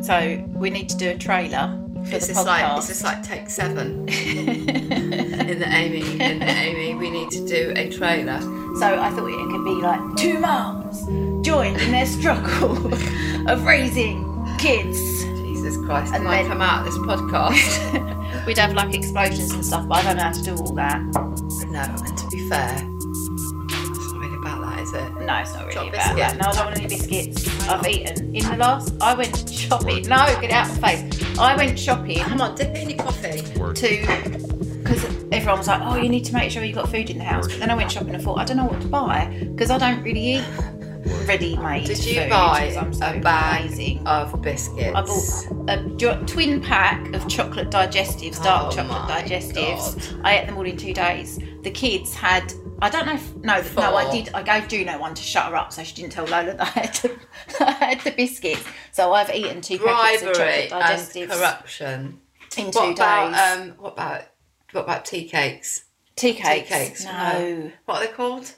So we need to do a trailer for It's the just like podcast. it's just like take seven in the Amy in the Amy. We need to do a trailer. so I thought it could be like two moms joined in their struggle of raising kids. Jesus Christ, And and I then- come out of this podcast. We'd have like explosions and stuff, but I don't know how to do all that. no, and to be fair, it's not really about that, is it? No, it's not really Chop about that. biscuit. No, I don't want any biscuits. I've eaten in the last. I went shopping. No, get out of my face. I went shopping Come on, dip it in your coffee. to because everyone was like, "Oh, you need to make sure you got food in the house." But then I went shopping and thought, I don't know what to buy because I don't really eat ready-made. Did you food, buy 'cause I'm so a bag amazing. of biscuits? I bought a jo- twin pack of chocolate digestives, dark Oh chocolate my digestives. I ate them all in two days. The kids had. I don't know if no th- no I Four. did I gave Juno one to shut her up so she didn't tell Lola that I had, to, I had the biscuits so I've eaten two packets of bribery chocolate and digestives corruption. in two What about days um? What about what about tea cakes? tea Tea cakes, cakes. no What are they called?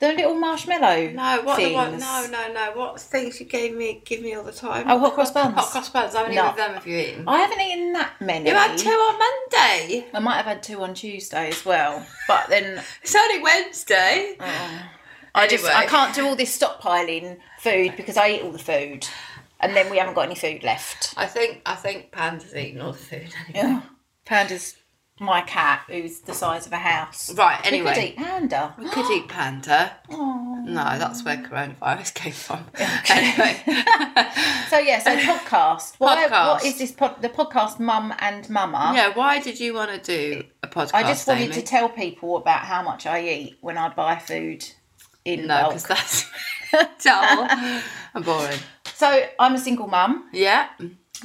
the little marshmallow No, what things. the one? No, no, no. What things you gave me? Give me all the time. Oh, hot cross buns. Hot cross buns. How many No. of them have you eaten? I haven't eaten that many You had two on Monday. I might have had two on Tuesday as well but then It's only Wednesday. Uh-uh. I just I Anyway. can't do all this stockpiling food because I eat all the food, and then we haven't got any food left. I think I think Panda's eating all the food. Anyway. Ugh. Panda's my cat, who's the size of a house. Right. We could Anyway, eat panda. we could eat, Panda. No, that's where coronavirus came from. anyway, So yeah, so podcast. Why, Podcast. What is this pod? The podcast, Mum and Mama. yeah. Why did you want to do a podcast? I just wanted Amy? to tell people about how much I eat when I buy food in No, bulk. because that's dull and boring. So I'm a single mum, Yeah.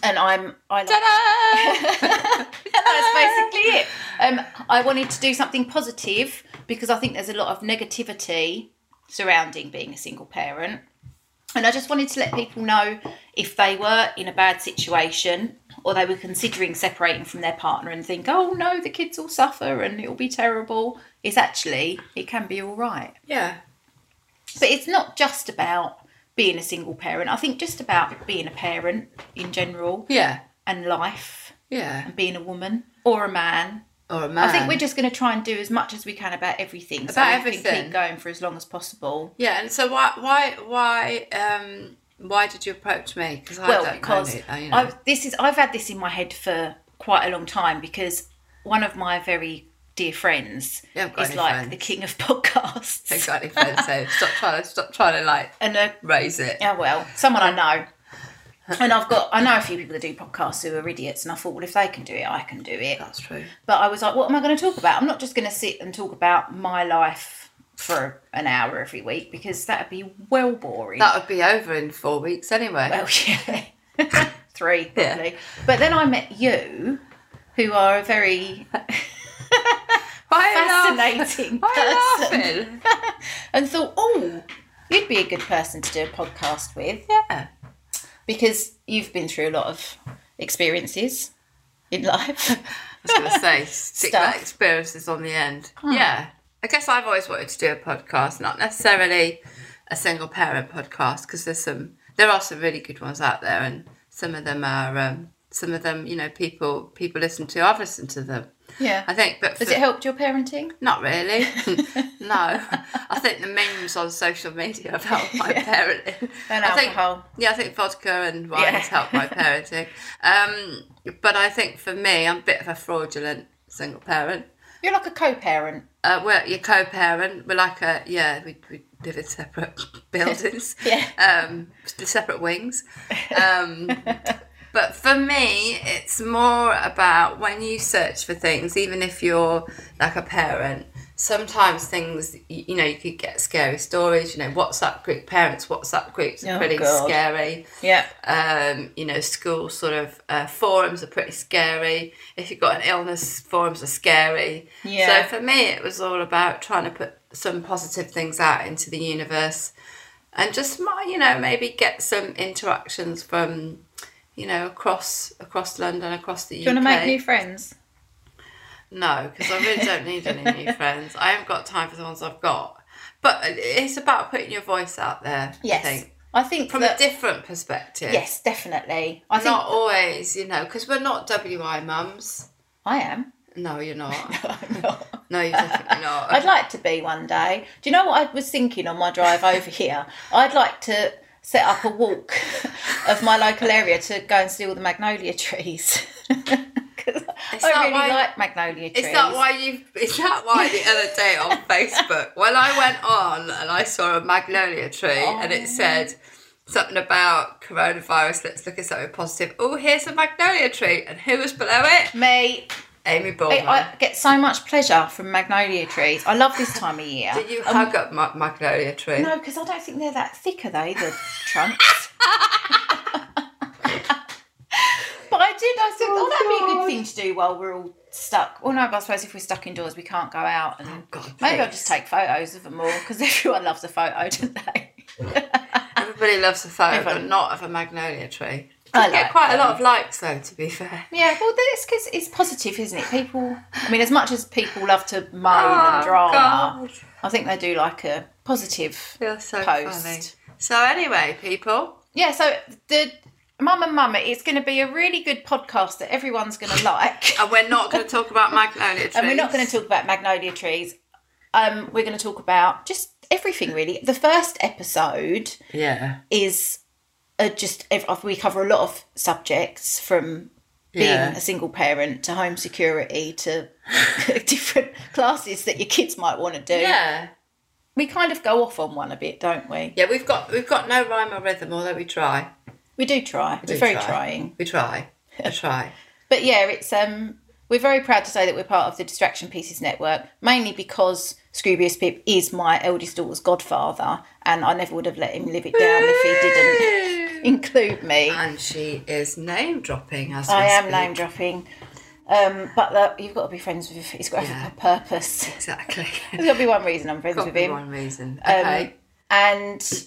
and I'm I. Like, Ta-da! That's basically it. Um, I wanted to do something positive because I think there's a lot of negativity surrounding being a single parent. And I just wanted to let people know if they were in a bad situation or they were considering separating from their partner and think, oh no, the kids will suffer and it'll be terrible. It's actually, it can be all right. yeah. But it's not just about being a single parent, I think just about being a parent in general Yeah. and life Yeah. and being a woman or a man Or a man. I think we're just going to try and do as much as we can about everything. so Um, About we can everything. keep going for as long as possible. Yeah, and so why why why um why did you approach me? Because I well, don't because know, it, you know. I've, this is I've had this in my head for quite a long time because one of my very dear friends You haven't got is any like friends. the king of podcasts, exactly friend, so stop trying to stop trying to like and a raise it. Yeah, well, someone I know. And I've got, I know a few people that do podcasts who are idiots, and I thought, well, if they can do it, I can do it. That's true. But I was like, what am I going to talk about? I'm not just going to sit and talk about my life for an hour every week because that would be well boring. That would be over in four weeks anyway. Well, yeah. Three, Yeah. probably. But then I met you, who are a very why are you laugh- fascinating Why are person, you laughing? and thought, oh, you'd be a good person to do a podcast with yeah. because you've been through a lot of experiences in life. I was gonna say stick that Stuff. Hmm. experiences on the end. Yeah. I guess I've always wanted to do a podcast, not necessarily a single parent podcast, because there's some there are some really good ones out there and some of them are um, some of them, you know, people people listen to, I've listened to them. Yeah. I think, but Has for- it helped your parenting? Not really. no. I think the memes on social media about my parenting. And I think, alcohol. Yeah, I think vodka and wine Yeah. has helped my parenting. Um, but I think for me, I'm a bit of a fraudulent single parent. You're like a co-parent. Uh, we're your co-parent. We're like a yeah. We, we live in separate buildings. yeah. Um, the separate wings. Um, but for me, it's more about when you search for things, even if you're like a parent. Sometimes things, y- you know, you could get scary stories. You know, WhatsApp group parents, WhatsApp groups are Oh, pretty God. scary Yeah. um, you know, school sort of uh, forums are pretty scary. If you've got an illness, forums are scary. Yeah. So for me, it was all about trying to put some positive things out into the universe, and just mi- you know maybe get some interactions from, you know, across across London, across the Do you UK. want to make new friends? No, because I really don't need any new friends. I haven't got time for the ones I've got. But uh, it's about putting your voice out there. Yes. I think. I think From that, a different perspective. Yes, definitely. I think not always, you know, because we're not WI mums. I am. No, you're not. I'm not. No, you're definitely not. I'd like to be one day. Do you know what I was thinking on my drive over here? I'd like to set up a walk of my local area to go and see all the magnolia trees. 'Cause that I really why- like magnolia trees. Is that why you? Is that why the other day on Facebook, when I went on and I saw a magnolia tree Oh, and it said something about coronavirus, let's look at something positive. Oh, here's a magnolia tree, and who was below it? Me, Amy Baldwin. I, I get so much pleasure from magnolia trees. I love this time of year. Did you hug up my magnolia tree? um, No, because I don't think they're that thick, are they? The trunks. but I did. I said, "Oh, that'd be a good thing to do while we're all stuck." Well, no, but I suppose if we're stuck indoors, we can't go out. And Oh, God, maybe I'll please. just take photos of them all because everyone loves a photo, don't they? Everybody loves a photo, but Everyone- not of a magnolia tree. I I get like quite a lot of likes though, to be fair. Yeah, well, that's because it's positive, isn't it? People. I mean, as much as people love to moan Oh, and drama, God. I think they do like a positive Feels so post. funny. So anyway, people, yeah, so the Mum and Mama, it's going to be a really good podcast that everyone's going to like. and we're not going to talk about magnolia trees. and we're not going to talk about magnolia trees. Um, we're going to talk about just everything, really. The first episode Yeah. is uh, just ev- we cover a lot of subjects from being Yeah. a single parent to home security to different classes that your kids might want to do. Yeah. We kind of go off on one a bit, don't we? Yeah, we've got we've got no rhyme or rhythm, although we try. We do try. We We're very try. trying. We try. We try. But yeah, it's um we're very proud to say that we're part of the Distraction Pieces Network, mainly because Scroobius Pip is my eldest daughter's godfather, and I never would have let him live it down if he didn't include me. and she is name dropping as I we am speak. name dropping. Um, but that you've got to be friends with he's got to have a purpose. Exactly. There's gotta be one reason I'm friends Got to with be him. Um, one reason. Okay. And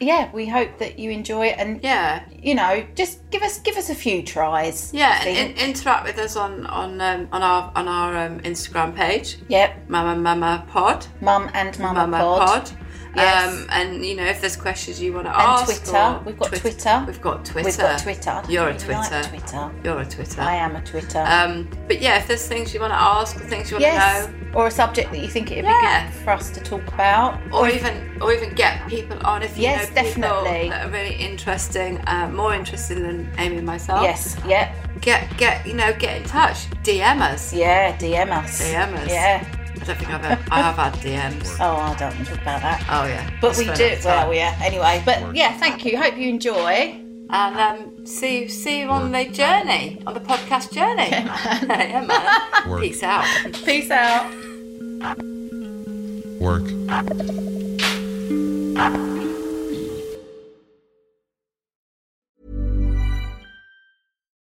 yeah, we hope that you enjoy it and yeah. you know, just give us give us a few tries. I Yeah, and, think. in- interact with us on on um, on our on our um, Instagram page, yep. Mama Mama Pod, Mum and Mama, Mama Pod. Pod. Yes. Um, and you know, if there's questions you want to And ask, Twitter. or We've got Twit- Twitter. We've got Twitter. We've got Twitter. I don't You're a really like Twitter. Twitter. You're a Twitter. I am a Twitter. Um, but yeah, if there's things you want to ask or things you want yes. to Or a subject that you think it would Yeah. be good for us to talk about. know, or, even or even get people on if you Yes, know people definitely. that are really interesting, uh, more interesting than Amy and myself. Yes. Yep. Get get you know get in touch. DM us. Yeah. DM us. DM us. Yeah. I don't think I've ever, I have had DMs. Oh, I don't want to talk about that. Oh yeah. But we That's do. fair enough. Well, yeah. Anyway, but yeah. Thank you. Hope you enjoy. And um, see you see you on the journey on the podcast journey. yeah man. Peace out. Peace out. work.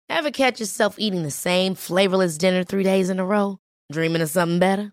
Ever catch yourself eating the same flavorless dinner three days in a row? Dreaming of something better?